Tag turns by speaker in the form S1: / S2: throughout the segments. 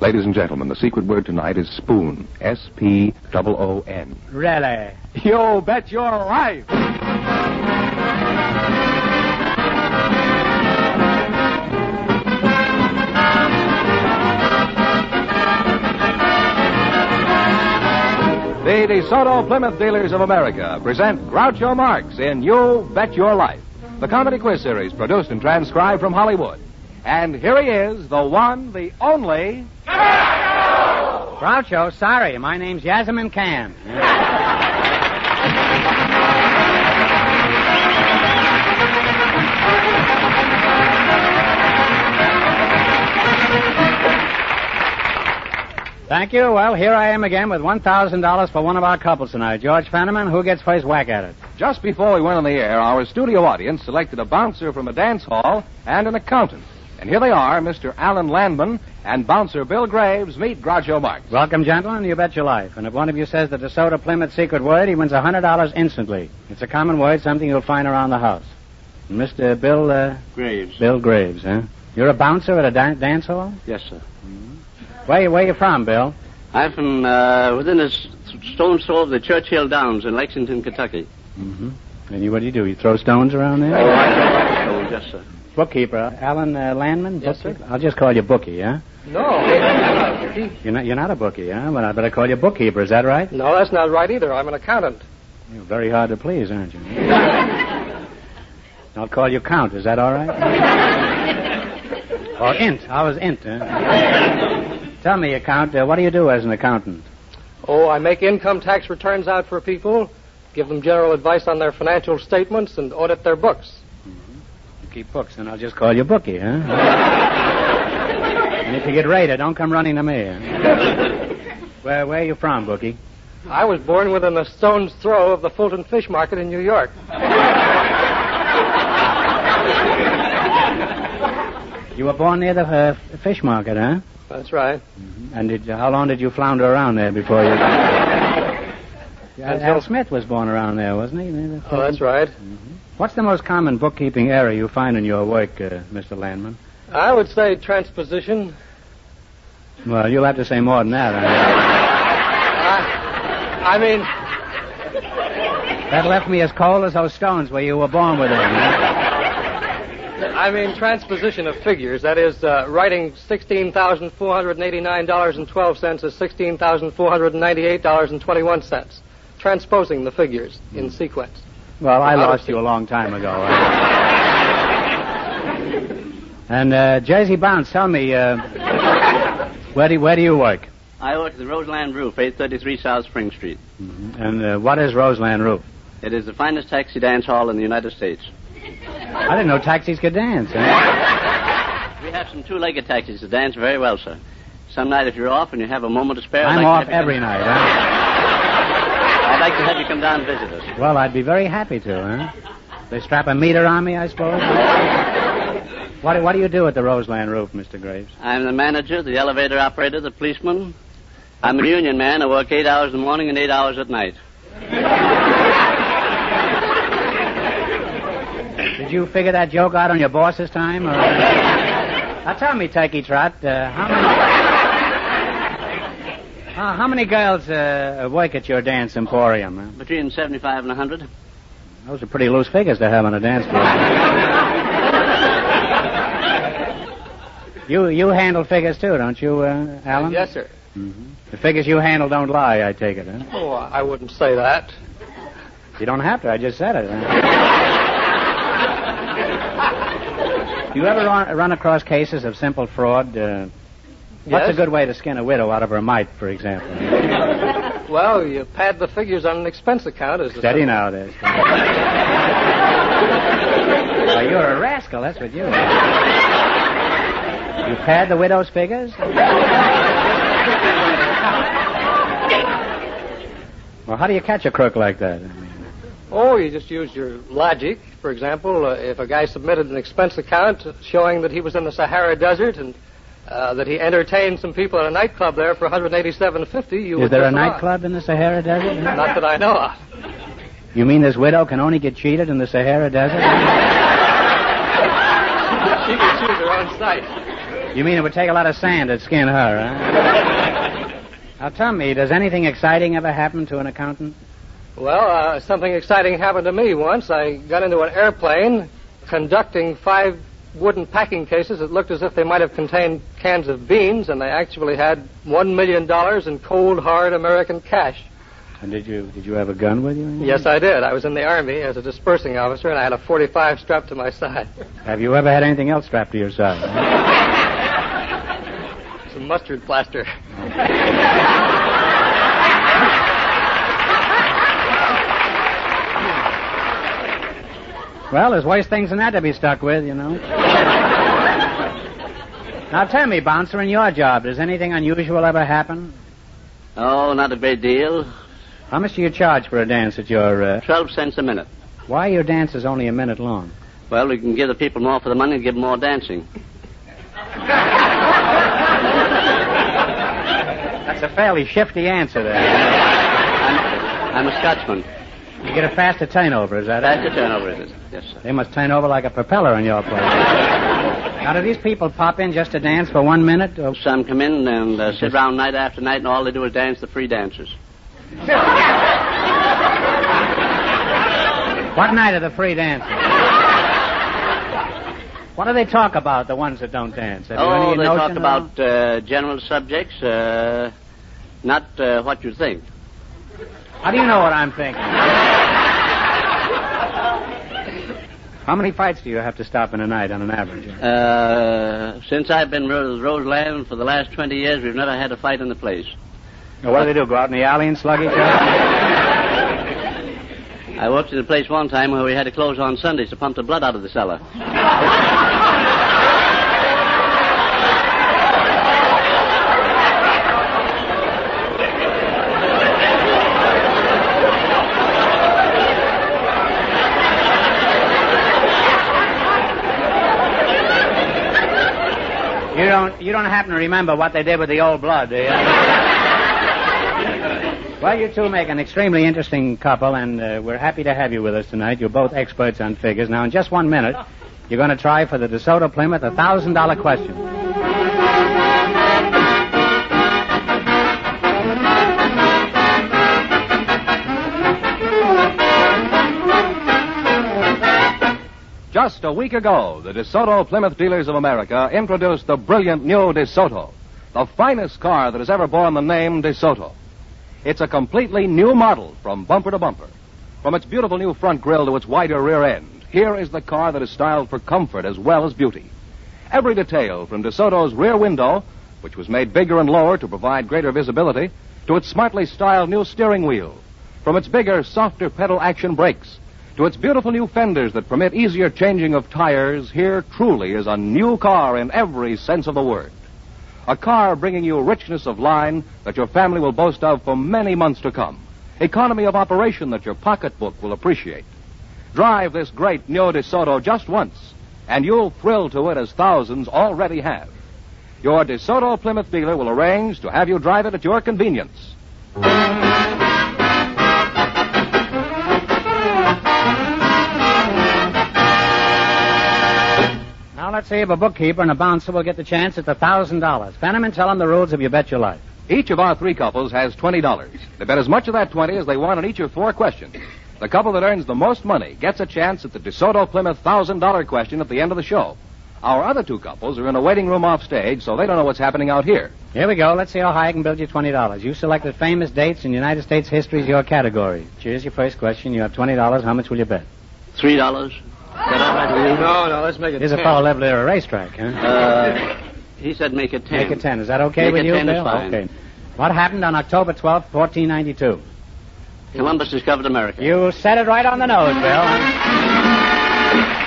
S1: Ladies and gentlemen, the secret word tonight is spoon. S P O O N.
S2: Really?
S3: You bet your life.
S1: The DeSoto Plymouth Dealers of America present Groucho Marx in You Bet Your Life, the comedy quiz series produced and transcribed from Hollywood. And here he is, the one, the only.
S2: Groucho, sorry. My name's Yasmin Can. Thank you. Well, here I am again with $1,000 for one of our couples tonight. George Fenneman, who gets first whack at it?
S1: Just before we went on the air, our studio audience selected a bouncer from a dance hall and an accountant. And here they are, Mr. Alan Landman and bouncer Bill Graves meet Groucho Marx.
S2: Welcome, gentlemen. You bet your life. And if one of you says the DeSoto Plymouth secret word, he wins $100 instantly. It's a common word, something you'll find around the house. And Mr. Bill, uh,
S3: Graves.
S2: Bill Graves, huh? You're a bouncer at a dan- dance hall?
S3: Yes, sir.
S2: Where, where you from, Bill?
S4: I'm from uh, within a s- stone's throw of the Churchill Downs in Lexington, Kentucky.
S2: Mm-hmm. And you, what do you do? You throw stones around there?
S4: Oh, I oh, yes, sir.
S2: Bookkeeper, Alan uh, Landman.
S4: Yes, sir.
S2: I'll just call you Bookie, huh?
S5: No.
S2: You're not, you're not a bookie, huh? Well, I better call you bookkeeper. Is that right?
S5: No, that's not right either. I'm an accountant.
S2: You're very hard to please, aren't you? I'll call you count. Is that all right? or int. I was int. Huh? Tell me, account. Uh, what do you do as an accountant?
S5: Oh, I make income tax returns out for people, give them general advice on their financial statements, and audit their books.
S2: You keep books, and I'll just call you bookie, huh? and if you get raided, don't come running to me. huh? where, where are you from, bookie?
S5: I was born within a stone's throw of the Fulton Fish Market in New York.
S2: You were born near the uh, fish market, huh?
S5: That's right.
S2: And did, how long did you flounder around there before you? Al, Al Smith was born around there, wasn't he? Near the
S5: Oh, that's
S2: Fulton-
S5: right.
S2: What's the most common bookkeeping error you find in your work, uh, Mr. Landman?
S5: I would say transposition.
S2: Well, you'll have to say more than that. I
S5: I, I mean,
S2: guess. that left me as cold as those stones where you were born with them.
S5: I mean transposition of figures. That is, uh, writing sixteen thousand four hundred eighty-nine dollars and twelve cents as sixteen thousand four hundred ninety-eight dollars and twenty-one cents, transposing the figures in sequence.
S2: Well, I lost you a long time ago. and uh, Jersey Bounce, tell me, uh, where do where do you work?
S4: I work at the Roseland Roof, 833 South Spring Street.
S2: And uh, what is Roseland Roof?
S4: It is the finest taxi dance hall in the United States.
S2: I didn't know taxis could dance. Huh?
S4: We have some two-legged taxis that dance very well, sir. Some night, if you're off and you have a moment to spare, I'd
S2: I'm
S4: like
S2: off
S4: to have you come-
S2: every night. Huh?
S4: I'd like to have you come down and visit us.
S2: Well, I'd be very happy to. Huh? They strap a meter on me, I suppose. what, do- what do you do at the Roseland Roof, Mr. Graves?
S4: I'm the manager, the elevator operator, the policeman. I'm a union man. I work eight hours in the morning and eight hours at night.
S2: Did you figure that joke out on your boss this time? Or... now tell me, Turkey Trot, uh, how many Uh, how many girls uh, work at your dance emporium? huh?
S4: Between 75 and 100.
S2: Those are pretty loose figures to have on a dance floor. you you handle figures too, don't you, uh, Alan?
S5: Yes, sir.
S2: The figures you handle don't lie, I take it, huh?
S5: Oh, I wouldn't say that.
S2: You don't have to. I just said it. Huh? you ever run, run across cases of simple fraud? Uh, What's
S5: Yes?
S2: a good way to skin a widow out of her mite, for example?
S5: Well, you pad the figures on an expense account as a
S2: Steady now, this. Why, you're a rascal. That's what you are. You pad the widow's figures? well, how do you catch a crook like that? I mean,
S5: Or Oh, you just use your logic. For example, uh, if a guy submitted an expense account showing that he was in the Sahara Desert and uh, that he entertained some people at a nightclub there for 187.50, you
S2: Is
S5: would
S2: there a
S5: disavow.
S2: nightclub in the Sahara Desert? huh?
S5: Not that I know of.
S2: You mean this widow can only get cheated in the Sahara Desert?
S5: She can choose her own site.
S2: You mean it would take a lot of sand to skin her, huh? now tell me, does anything exciting ever happen to an accountant?
S5: Well, uh, something exciting happened to me once. I got into an airplane conducting five wooden packing cases that looked as if they might have contained cans of beans, and they actually had $1 million in cold, hard American cash.
S2: And did you did you have a gun with you?
S5: Yes, I did. I was in the army as a dispersing officer, and I had a 45 strapped to my side.
S2: Have you ever had anything else strapped to your side?
S5: Huh? Some mustard plaster.
S2: well, there's worse things than that to be stuck with, you know. now tell me, bouncer, in your job, does anything unusual ever happen?
S4: Oh, not a great deal.
S2: How much do you charge for a dance at your? Uh...
S4: Twelve cents a minute.
S2: Why your dance is only a minute long?
S4: Well, we can give the people more for the money and give them more dancing.
S2: That's a fairly shifty answer there.
S4: I'm, I'm, a Scotsman.
S2: You get a faster turnover, is that
S4: faster it? Faster turnover, it is. Yes, sir.
S2: They must turn over like a propeller in your place. now, do these people pop in just to dance for one minute? Uh, Or...
S4: Some come in and uh, sit around night after night, and all they do is dance the free dances.
S2: what night are the free dances? What do they talk about, the ones that don't dance? Have
S4: oh, they
S2: talk
S4: about uh, general subjects, uh, not uh, what you think.
S2: How do you know what I'm thinking? How many fights do you have to stop in a night on an
S4: average? Uh, since I've been with Roseland for the last 20 years, we've never had a fight in the place.
S2: Now, what do they do? Go out in the alley and slug each other? I
S4: worked in a place one time where we had to close on Sundays to pump the blood out of the cellar.
S2: You don't, you don't happen to remember what they did with the old blood, do you? Well, you two make an extremely interesting couple, and uh, we're happy to have you with us tonight. You're both experts on figures. Now, in just one minute, you're going to try for the DeSoto Plymouth $1,000 question.
S1: Just a week ago, the DeSoto Plymouth Dealers of America introduced the brilliant new DeSoto, the finest car that has ever borne the name DeSoto. It's a completely new model from bumper to bumper. From its beautiful new front grille to its wider rear end, here is the car that is styled for comfort as well as beauty. Every detail from DeSoto's rear window, which was made bigger and lower to provide greater visibility, to its smartly styled new steering wheel, from its bigger, softer pedal action brakes, to its beautiful new fenders that permit easier changing of tires, here truly is a new car in every sense of the word. A car bringing you richness of line that your family will boast of for many months to come. Economy of operation that your pocketbook will appreciate. Drive this great Neo DeSoto just once, and you'll thrill to it as thousands already have. Your DeSoto Plymouth dealer will arrange to have you drive it at your convenience.
S2: let's say if a bookkeeper and a bouncer will get the chance at the thousand dollars. Phantom and tell them the rules of You Bet Your Life.
S1: Each of our three couples has twenty dollars. They bet as much of that twenty as they want on each of four questions. The couple that earns the most money gets a chance at the DeSoto Plymouth thousand dollar question at the end of the show. Our other two couples are in a waiting room off stage, so they don't know what's happening out here.
S2: Here we go. Let's see how high I can build you twenty dollars. You selected famous dates in United States history as your category. Here's your first question. You have twenty dollars. How much will you bet?
S4: Three dollars.
S5: No, no, let's make it.
S2: Here's a fellow level at a racetrack, huh?
S4: Uh, he said make it ten.
S2: Make it ten. Is that okay
S4: make
S2: with
S4: it
S2: you,
S4: 10
S2: Bill?
S4: Is fine.
S2: Okay. What happened on October twelfth, fourteen ninety-two?
S4: Columbus discovered America.
S2: You said it right on the nose, Bill.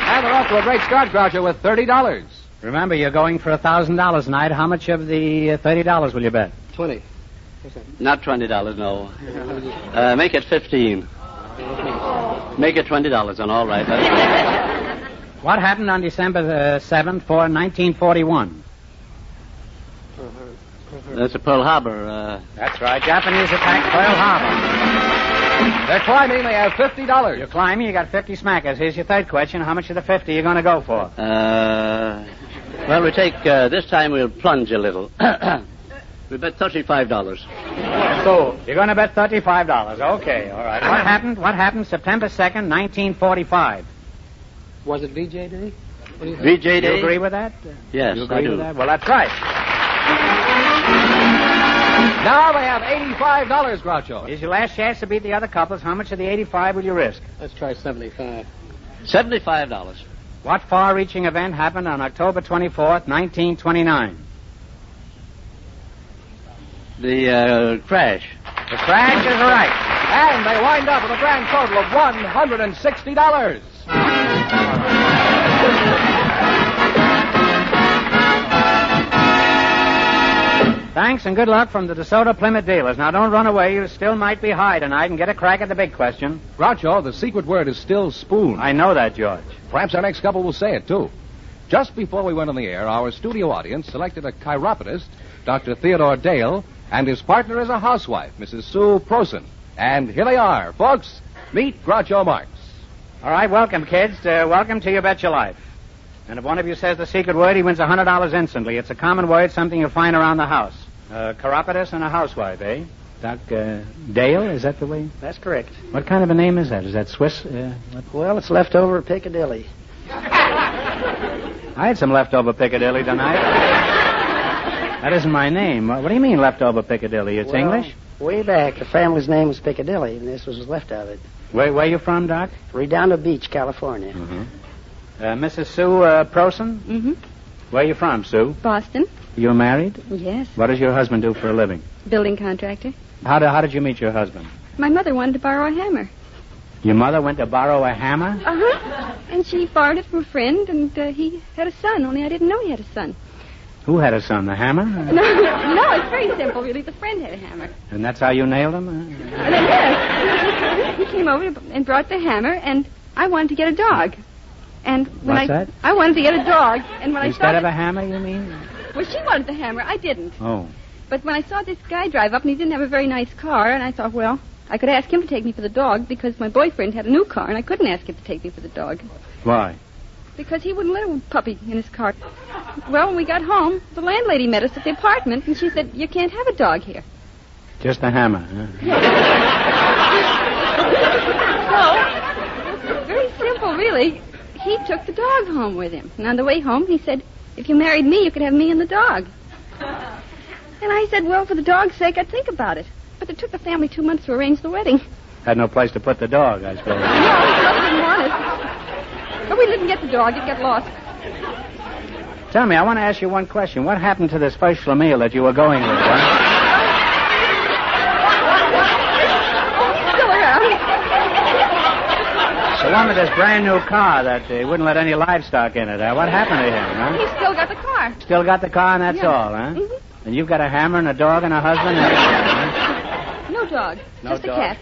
S1: And we're off to a great start, Groucher, with thirty dollars.
S2: Remember, you're going for a thousand dollars tonight. How much of the uh, thirty dollars will you bet?
S5: Twenty.
S4: Not twenty dollars, no. Uh, make it fifteen. Make it twenty dollars, and all right. right.
S2: what happened on December uh, seventh, for nineteen forty-one?
S4: That's a Pearl Harbor. Uh...
S2: That's right. Japanese attack Pearl Harbor.
S1: They're climbing. They have fifty dollars.
S2: You're climbing. You got fifty smackers. Here's your third question. How much of the fifty you going to go for?
S4: Uh. Well, we take, uh, this time we'll plunge a little. we bet $35.
S2: So you're going to bet thirty-five dollars. Okay, all right. What happened? What happened? September second, nineteen forty-five.
S5: Was it VJ Day? What do you think?
S4: VJ
S2: Do
S4: Day?
S2: you agree with that?
S4: Yes,
S2: you
S4: I
S2: agree
S4: do.
S2: with that? Well, that's right.
S1: Now they have $85, Groucho.
S2: Here's your last chance to beat the other couples. How much of the eighty-five will you risk?
S5: Let's try 75.
S4: $75.
S2: What far-reaching event happened on October twenty-fourth, nineteen twenty-nine?
S4: The uh, crash.
S2: The crash is right.
S1: And they wind up with a grand total of $160.
S2: Thanks and good luck from the DeSoto Plymouth dealers. Now don't run away. You still might be high tonight and get a crack at the big question.
S1: Groucho, the secret word is still spoon.
S2: I know that, George.
S1: Perhaps our next couple will say it, too. Just before we went on the air, our studio audience selected a chiropodist, Dr. Theodore Dale, and his partner is a housewife, Mrs. Sue Prosen. And here they are, folks. Meet Groucho Marx.
S2: All right, welcome, kids. Uh, welcome to You Bet Your Life. And if one of you says the secret word, he wins $100 instantly. It's a common word, something you'll find around the house. Uh, chiropodist and a housewife, eh? Doc uh, Dale, is that the way?
S6: That's correct.
S2: What kind of a name is that? Is that Swiss? Uh, what?
S6: Well, it's left over at Piccadilly.
S2: I had some leftover Piccadilly tonight. that isn't my name. What what do you mean, leftover Piccadilly? It's
S6: Well,
S2: English?
S6: Way back, the family's name was Piccadilly, and this was left of it.
S2: Where, where you from, Doc?
S6: Redondo Beach, California.
S2: Uh, Mrs. Sue uh, Prosen?
S7: Mm-hmm.
S2: Where you from, Sue?
S7: Boston.
S2: You're married?
S7: Yes.
S2: What does your husband do for a living?
S7: Building contractor.
S2: How, do, how did you meet your husband?
S7: My mother wanted to borrow a hammer.
S2: Your mother went to borrow a hammer?
S7: Uh huh. And she borrowed it from a friend, and uh, he had a son. Only I didn't know he had a son.
S2: Who had a son, the hammer?
S7: No, no, it's very simple, really. The friend had a hammer.
S2: And that's how you nailed him?
S7: And then, yes, he came over and brought the hammer, and I wanted to get a dog. And when
S2: What's
S7: I
S2: that?
S7: I wanted to get a dog, and when I
S2: Instead
S7: saw
S2: of a
S7: this-
S2: hammer, you mean?
S7: well, she wanted the hammer, I didn't.
S2: Oh.
S7: But when I saw this guy drive up, and he didn't have a very nice car, and I thought, well, I could ask him to take me for the dog because my boyfriend had a new car, and I couldn't ask him to take me for the dog.
S2: Why?
S7: Because he wouldn't let a puppy in his car. Well, when we got home, the landlady met us at the apartment, and she said, You can't have a dog here.
S2: Just a hammer. Huh?
S7: So, very simple, really. He took the dog home with him. And on the way home, he said, If you married me, you could have me and the dog. And I said, Well, for the dog's sake, I'd think about it. But it took the family two months to arrange the wedding.
S2: Had no place to put the dog, I suppose.
S7: No, I didn't want it. But we didn't get the dog, it got lost.
S2: Tell me, I want to ask you one question. What happened to this first Flamil that you were going with? Huh?
S7: Still around.
S2: The one with this brand new car that uh, wouldn't let any livestock in it. Huh? What happened to him?
S7: He
S2: Huh?
S7: still got the car.
S2: Still got the car and that's
S7: Yeah.
S2: all, huh?
S7: Mhm.
S2: And you've got a hammer and a dog and a husband. And...
S7: No dog.
S2: No
S7: just
S2: dog.
S7: a cat.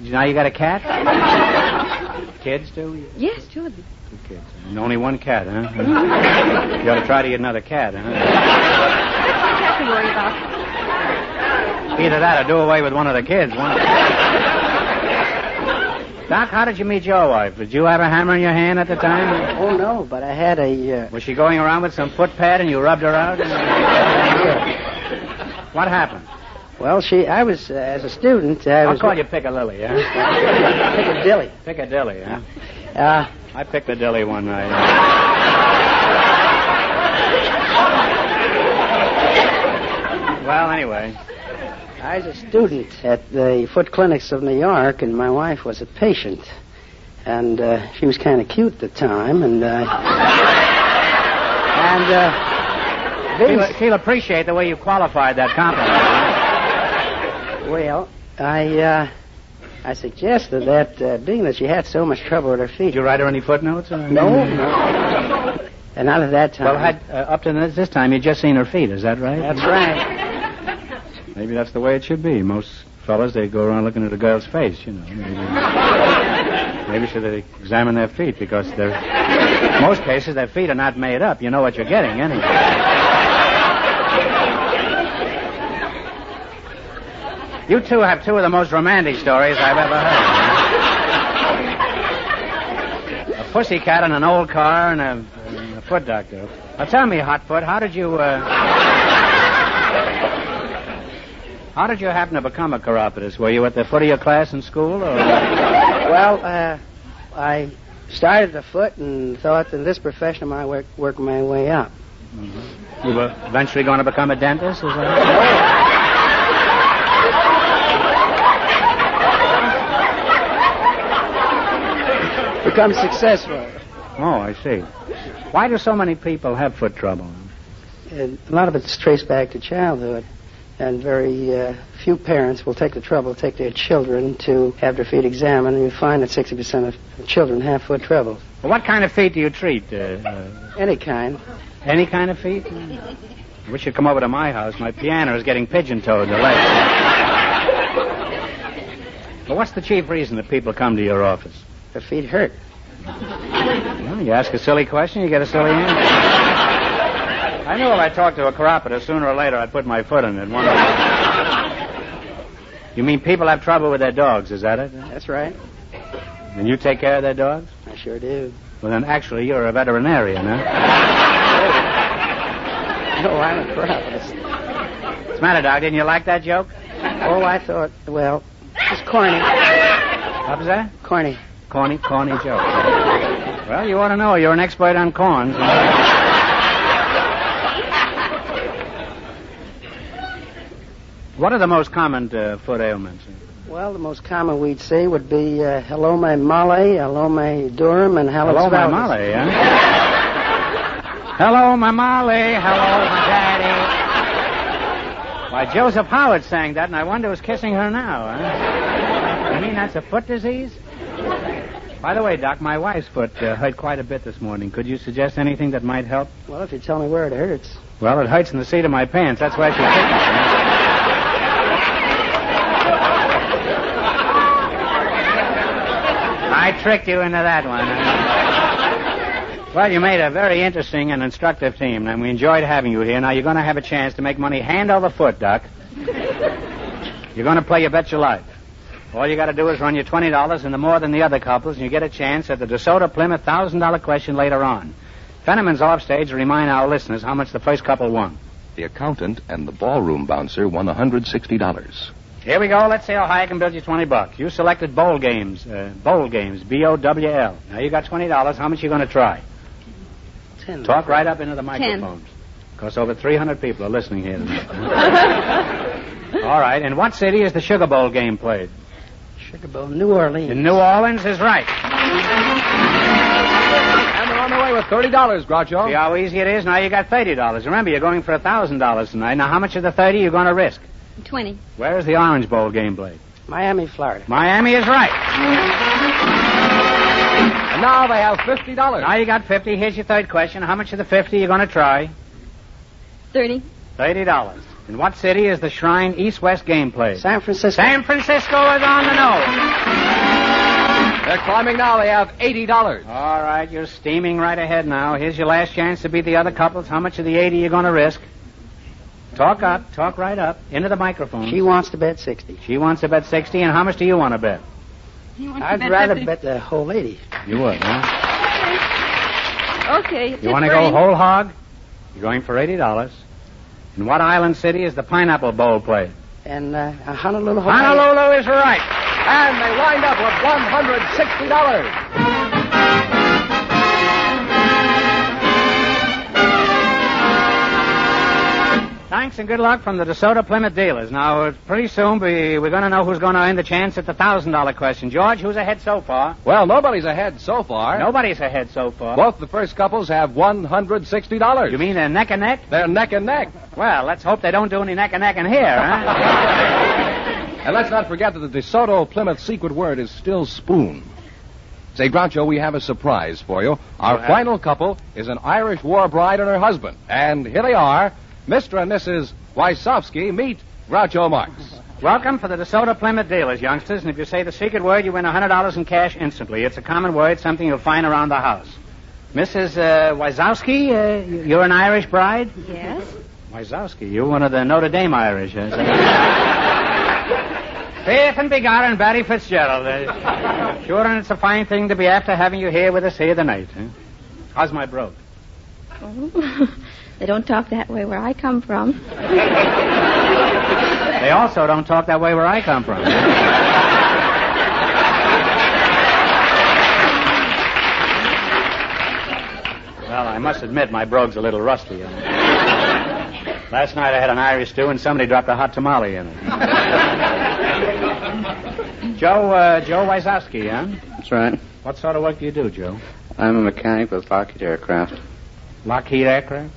S2: Now you got a cat? Kids, do you?
S7: Yes, two of them.
S2: Two kids. And only one cat, huh? you ought to try to get another cat, huh?
S7: What cat to worry about?
S2: Either that or do away with one of the kids. One of... Doc, how did you meet your wife? Did you have a hammer in your hand at the time?
S6: Oh, no, but I had a. Uh,
S2: Was she going around with some footpad and you rubbed her out? What happened?
S6: well, she. I was, uh, as a student, I
S2: I'll
S6: was.
S2: call you Piccadilly, huh?
S6: Piccadilly.
S2: Piccadilly, huh?
S6: Uh,
S2: I picked a dilly one night. well, anyway.
S6: I was a student at the foot clinics of New York, and my wife was a patient. And uh, she was kind of cute at the time, and. Uh, and. Uh,
S2: She'll, she'll appreciate the way you qualified that compliment.
S6: Well, I uh, I suggested that uh, being that she had so much trouble with her feet.
S2: Did you write her any footnotes? Or
S6: No, no. And out of that time.
S2: Well, had, uh, up to this, this time, you'd just seen her feet. Is that right?
S6: That's right.
S2: Maybe that's the way it should be. Most fellas, they go around looking at a girl's face, you know. Maybe, maybe should they examine their feet because they're, in most cases, their feet are not made up. You know what you're getting, anyway. You two have two of the most romantic stories I've ever heard. A pussycat in an old car and a, and a foot doctor. Now tell me, Hotfoot, how did you, uh... How did you happen to become a chiropodist? Were you at the foot of your class in school, or...
S6: Well, uh, I started afoot and thought in this profession I work work my way up.
S2: You were eventually going to become a dentist? Is that
S6: Become successful.
S2: Oh, I see. Why do so many people have foot trouble?
S6: And a lot of it's traced back to childhood, and very uh, few parents will take the trouble to take their children to have their feet examined. And you find that 60% of children have foot trouble,
S2: Well, what kind of feet do you treat? Uh, uh,
S6: any kind.
S2: any kind of feet? I wish you'd come over to my house. My piano is getting pigeon-toed in the leg. But what's the chief reason that people come to your office?
S6: Their feet hurt.
S2: Well, you ask a silly question, you get a silly answer. I knew if I talked to a chiropodist, sooner or later I'd put my foot in it. One of- you mean people have trouble with their dogs, is that it?
S6: That's right.
S2: And you take care of their dogs?
S6: I sure do.
S2: Well, then actually you're a veterinarian, huh?
S6: No, I'm a chiropodist.
S2: What's the matter, Doc? Didn't you like that joke?
S6: Oh, I thought, well, it's corny.
S2: What was that?
S6: Corny.
S2: Corny, corny joke. Well, you ought to know. You're an expert on corns. what are the most common uh, foot ailments?
S6: Well, the most common we'd see would be uh, Helome Male, Helome Durham, and Hallux
S2: Hello, my
S6: valgus.
S2: Molly, huh? Hello, my Molly. Hello, my daddy. Why, Joseph Howard sang that, and I wonder who's kissing her now, huh? You mean that's a foot disease? By the way, Doc, my wife's foot uh, hurt quite a bit this morning. Could you suggest anything that might help?
S6: Well, if you tell me where it hurts.
S2: Well, it hurts in the seat of my pants. That's why she kicked me. I tricked you into that one. Well, you made a very interesting and instructive team, and we enjoyed having you here. Now you're going to have a chance to make money hand over foot, Doc. You're going to play your bet your life. All you got to do is run your twenty dollars into more than the other couples, and you get a chance at the DeSoto Plymouth thousand dollar question later on. Fenneman's offstage to remind our listeners how much the first couple won.
S1: The accountant and the ballroom bouncer won $160.
S2: Here we go. Let's see how high I can build you twenty bucks. You selected bowl games. Uh, bowl games. B O W L. Now you got twenty dollars. How much you going to try?
S6: Ten.
S2: Talk right up into the microphones. Because over three hundred people are listening here. tonight. All right. In what city is the Sugar Bowl game played?
S6: Sugar Bowl, New Orleans.
S2: In New Orleans is right.
S1: And they're on their way with $30, Groucho.
S2: See how easy it is? Now you got thirty dollars. Remember, you're going for thousand dollars tonight. Now how much of the thirty you going to risk?
S7: Twenty.
S2: Where is the Orange Bowl game played?
S6: Miami, Florida.
S2: Miami is right.
S1: And now they have $50.
S2: Now you got fifty. Here's your third question. How much of the fifty you going to try?
S7: Thirty.
S2: Thirty dollars. In what city is the Shrine East West game played?
S6: San Francisco.
S2: San Francisco is on the nose.
S1: They're climbing now. They have $80.
S2: All right, you're steaming right ahead now. Here's your last chance to beat the other couples. How much of the eighty you going to risk? Talk up. Talk right up. Into the microphone.
S6: She wants to bet 60.
S2: She wants to bet sixty. And how much do you want to bet?
S6: I'd rather bet the whole 80.
S2: You would, huh?
S7: Okay.
S2: You want to go whole hog? You're going for eighty dollars. In what island city is the Pineapple Bowl played?
S6: And uh, a Honolulu. Hawaii.
S2: Honolulu is right.
S1: And they wind up with $160.
S2: Thanks and good luck from the DeSoto Plymouth dealers. Now, uh, pretty soon we, we're going to know who's going to earn the chance at the $1,000 question. George, who's ahead so far?
S1: Well, nobody's ahead so far.
S2: Nobody's ahead so far.
S1: Both the first couples have $160.
S2: You mean they're neck and neck?
S1: They're neck and neck.
S2: Well, let's hope they don't do any neck and neck in here, huh?
S1: And let's not forget that the DeSoto Plymouth secret word is still spoon. Say, Groucho, we have a surprise for you. Our
S2: have-
S1: final couple is an Irish war bride and her husband. And here they are, Mr. and Mrs. Wysowski. Meet Groucho Marx.
S2: Welcome for the DeSoto Plymouth dealers, youngsters. And if you say the secret word, you win $100 in cash instantly. It's a common word, something you'll find around the house. Mrs. Uh, Wazowski, uh, y- you're an Irish bride?
S7: Yes.
S2: Wazowski, you're one of the Notre Dame Irish, is Faith and Begara and Barry Fitzgerald. uh, Sure, and it's a fine thing to be after having you here with us here tonight. Huh? How's my brogue?
S7: Oh. they don't talk that way where I come from.
S2: They also don't talk that way where I come from. well, I must admit my brogue's a little rusty. On it. Last night I had an Irish stew and somebody dropped a hot tamale in it. Joe, uh, Joe Wysowski, huh?
S8: That's right.
S2: What sort of work do you do, Joe?
S8: I'm a mechanic with Lockheed Aircraft.
S2: Lockheed aircraft?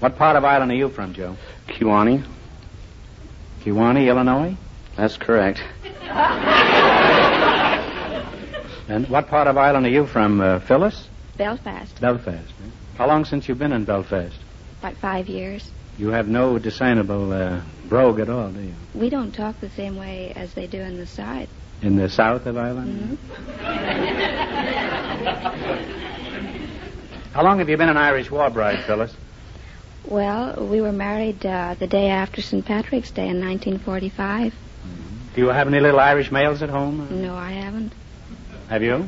S2: What part of Ireland are you from, Joe?
S8: Kewanee.
S2: Kewanee, Illinois?
S8: That's correct.
S2: and what part of Ireland are you from, uh, Phyllis?
S7: Belfast.
S2: Belfast. huh? How long since you've been in Belfast?
S7: About five years.
S2: You have no discernible uh, brogue at all, do you?
S7: We don't talk the same way as they do in the side.
S2: In the south of Ireland? How long have you been an Irish war bride, Phyllis?
S7: Well, we were married uh, the day after St. Patrick's Day in 1945.
S2: Do you have any little Irish males at home?
S7: No, I haven't.
S2: Have you?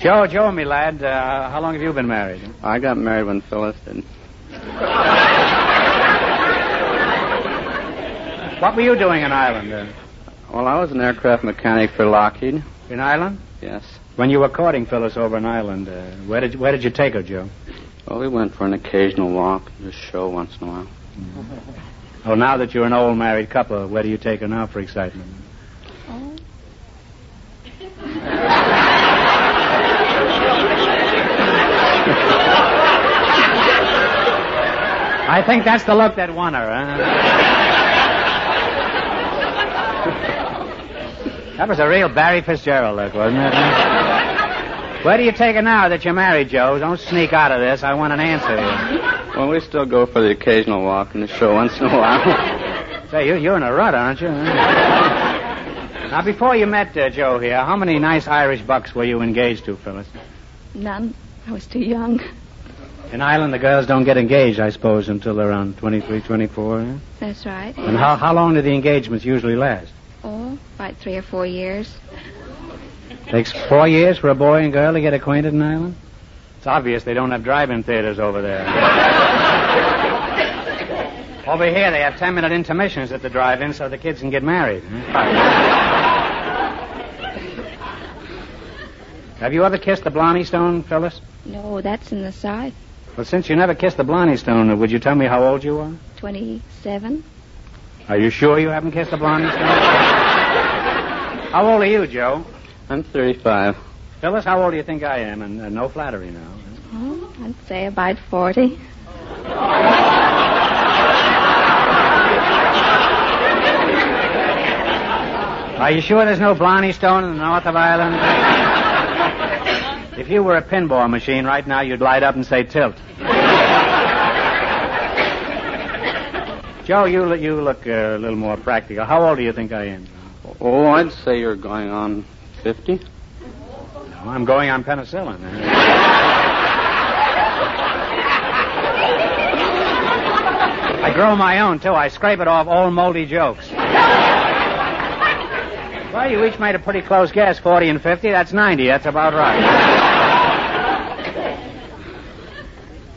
S2: Joe, Joe, me lad, uh, how long have you been married?
S8: I got married when Phyllis did.
S2: What were you doing in Ireland uh,
S8: Well, I was an aircraft mechanic for Lockheed.
S2: in Ireland?
S8: Yes.
S2: When you were courting Phyllis over in Ireland, uh, where did where did you take her, Joe?
S8: Well, we went for an occasional walk, just show once in a while.
S2: Oh, now that you're an old married couple, where do you take her now for excitement?
S7: Oh.
S2: I think that's the look that won her. Huh? that was a real Barry Fitzgerald look, wasn't it? huh? Where do you take her now that you're married, Joe? Don't sneak out of this. I want an answer. Here.
S8: Well, we still go for the occasional walk and the show once in a while.
S2: Say, you, you're in a rut, aren't you? huh? now, before you met uh, Joe here, how many nice Irish bucks were you engaged to, Phyllis?
S7: None. I was too young.
S2: In Ireland, the girls don't get engaged, I suppose, until around 23, 24. eh?
S7: That's right.
S2: And how, how long do the engagements usually last?
S7: Oh, about three or four years.
S2: Takes four years for a boy and girl to get acquainted in Ireland? It's obvious they don't have drive-in theaters over there. over here, they have ten-minute intermissions at the drive-in so the kids can get married. have you ever kissed the Blonnie Stone, Phyllis?
S7: No, that's in the side.
S2: Well, since you never kissed the Blonnie Stone, would you tell me how old you are?
S7: 27.
S2: Are you sure you haven't kissed a blonde? how old are you, Joe?
S8: I'm 35.
S2: Phyllis, how old do you think I am? And uh, no flattery now.
S7: Oh, I'd say about 40.
S2: Are you sure there's no Blarney Stone in the north of Ireland? if you were a pinball machine right now, you'd light up and say tilt. Joe, you, lo- you look uh, a little more practical. How old do you think I am?
S8: Oh, I'd say you're going on 50.
S2: No, I'm going on penicillin. I grow my own, too. I scrape it off old moldy jokes. Well, you each made a pretty close guess 40 and 50. That's 90. That's about right.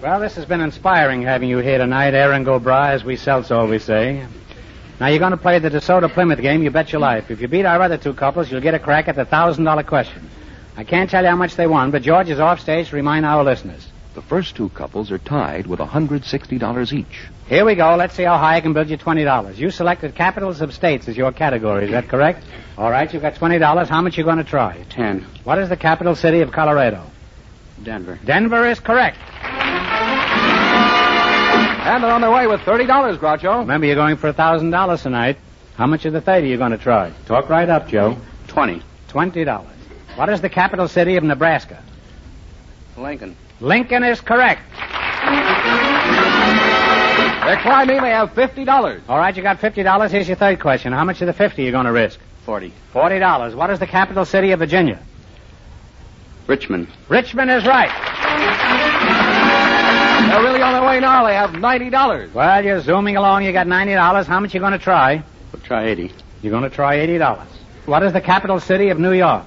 S2: Well, this has been inspiring having you here tonight, Aaron Go Bra, as we Celts always say. Now, you're going to play the DeSoto Plymouth game, you bet your life. If you beat our other two couples, you'll get a crack at the $1,000 question. I can't tell you how much they won, but George is off stage to remind our listeners.
S1: The first two couples are tied with $160 each.
S2: Here we go. Let's see how high I can build you $20. You selected capitals of states as your category. Is that correct? All right, you've got $20. How much you going to try?
S8: 10.
S2: What is the capital city of Colorado?
S8: Denver.
S2: Denver is correct.
S1: And they're on their way with $30, Groucho.
S2: Remember, you're going for $1,000 tonight. How much of the 30 are you going to try? Talk right up, Joe.
S8: 20.
S2: $20. What is the capital city of Nebraska?
S8: Lincoln.
S2: Lincoln is correct.
S1: They're climbing. They have $50.
S2: All right, you got $50. Here's your third question. How much of the 50 are you going to risk?
S8: 40.
S2: $40. What is the capital city of Virginia?
S8: Richmond.
S2: Richmond is right.
S1: They're really on their way now. They have $90.
S2: Well, you're zooming along. You got $90. How much you going to try?
S8: We'll try 80.
S2: You're going to try $80. What is the capital city of New York?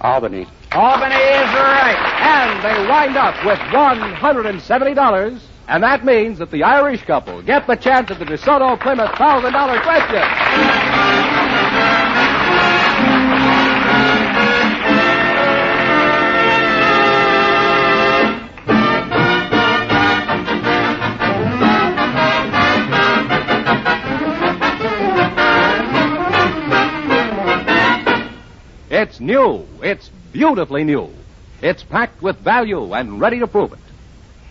S8: Albany.
S2: Albany is right.
S1: And they wind up with $170. And that means that the Irish couple get the chance at the DeSoto Plymouth $1,000 question. It's new. It's beautifully new. It's packed with value and ready to prove it.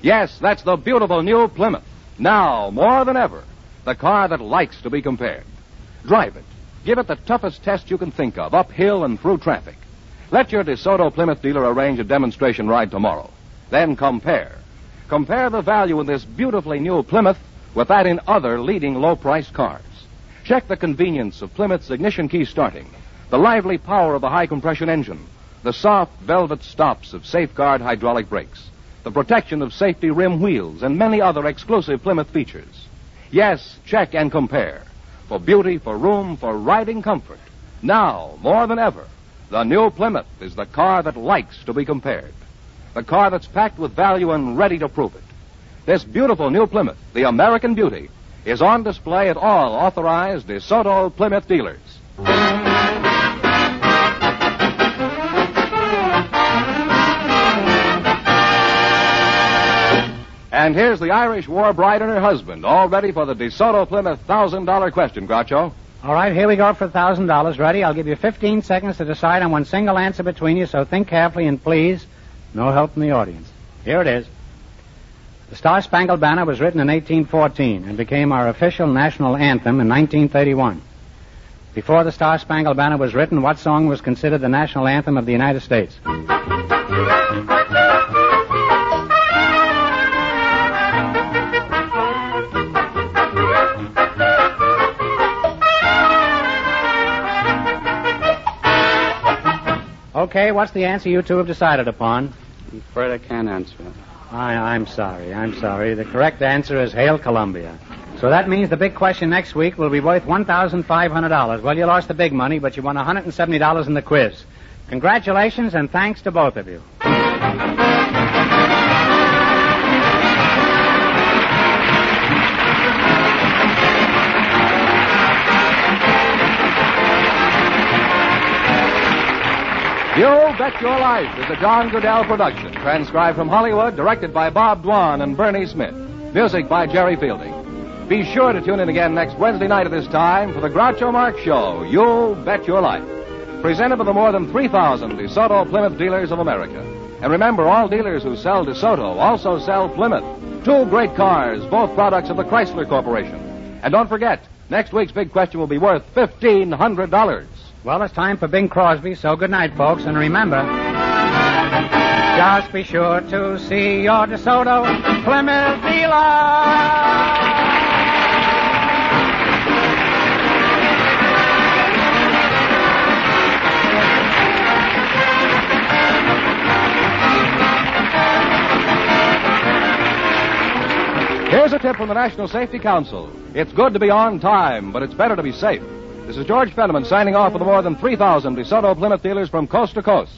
S1: Yes, that's the beautiful new Plymouth. Now, more than ever, the car that likes to be compared. Drive it. Give it the toughest test you can think of, uphill and through traffic. Let your DeSoto Plymouth dealer arrange a demonstration ride tomorrow. Then compare. Compare the value in this beautifully new Plymouth with that in other leading low priced cars. Check the convenience of Plymouth's ignition key starting, the lively power of the high compression engine, the soft velvet stops of safeguard hydraulic brakes, the protection of safety rim wheels, and many other exclusive Plymouth features. Yes, check and compare. For beauty, for room, for riding comfort. Now, more than ever, the new Plymouth is the car that likes to be compared. The car that's packed with value and ready to prove it. This beautiful new Plymouth, the American Beauty, is on display at all authorized DeSoto Plymouth dealers. And here's the Irish war bride and her husband, all ready for the DeSoto Plymouth $1,000 question, Groucho.
S2: All right, here we go for $1,000. Ready? I'll give you 15 seconds to decide on one single answer between you, so think carefully and please, no help from the audience. Here it is. The Star Spangled Banner was written in 1814 and became our official national anthem in 1931. Before the Star Spangled Banner was written, what song was considered the national anthem of the United States? Okay, what's the answer you two have decided upon?
S8: I'm afraid I can't answer it.
S2: I, I'm sorry, I'm sorry. The correct answer is Hail Columbia. So that means the big question next week will be worth $1,500. Well, you lost the big money, but you won $170 in the quiz. Congratulations and thanks to both of you.
S1: You Bet Your Life is a John Goodell production, transcribed from Hollywood, directed by Bob Dwan and Bernie Smith. Music by Jerry Fielding. Be sure to tune in again next Wednesday night at this time for the Groucho Marx Show, You Bet Your Life, presented by the more than 3,000 DeSoto Plymouth dealers of America. And remember, all dealers who sell DeSoto also sell Plymouth, two great cars, both products of the Chrysler Corporation. And don't forget, next week's big question will be worth $1,500.
S2: Well, it's time for Bing Crosby, so good night, folks, and remember. Just be sure to see your DeSoto Plymouth dealer.
S1: Here's a tip from the National Safety Council. It's good to be on time, but it's better to be safe. This is George Fenneman signing off for the more than 3,000 DeSoto Plymouth dealers from coast to coast.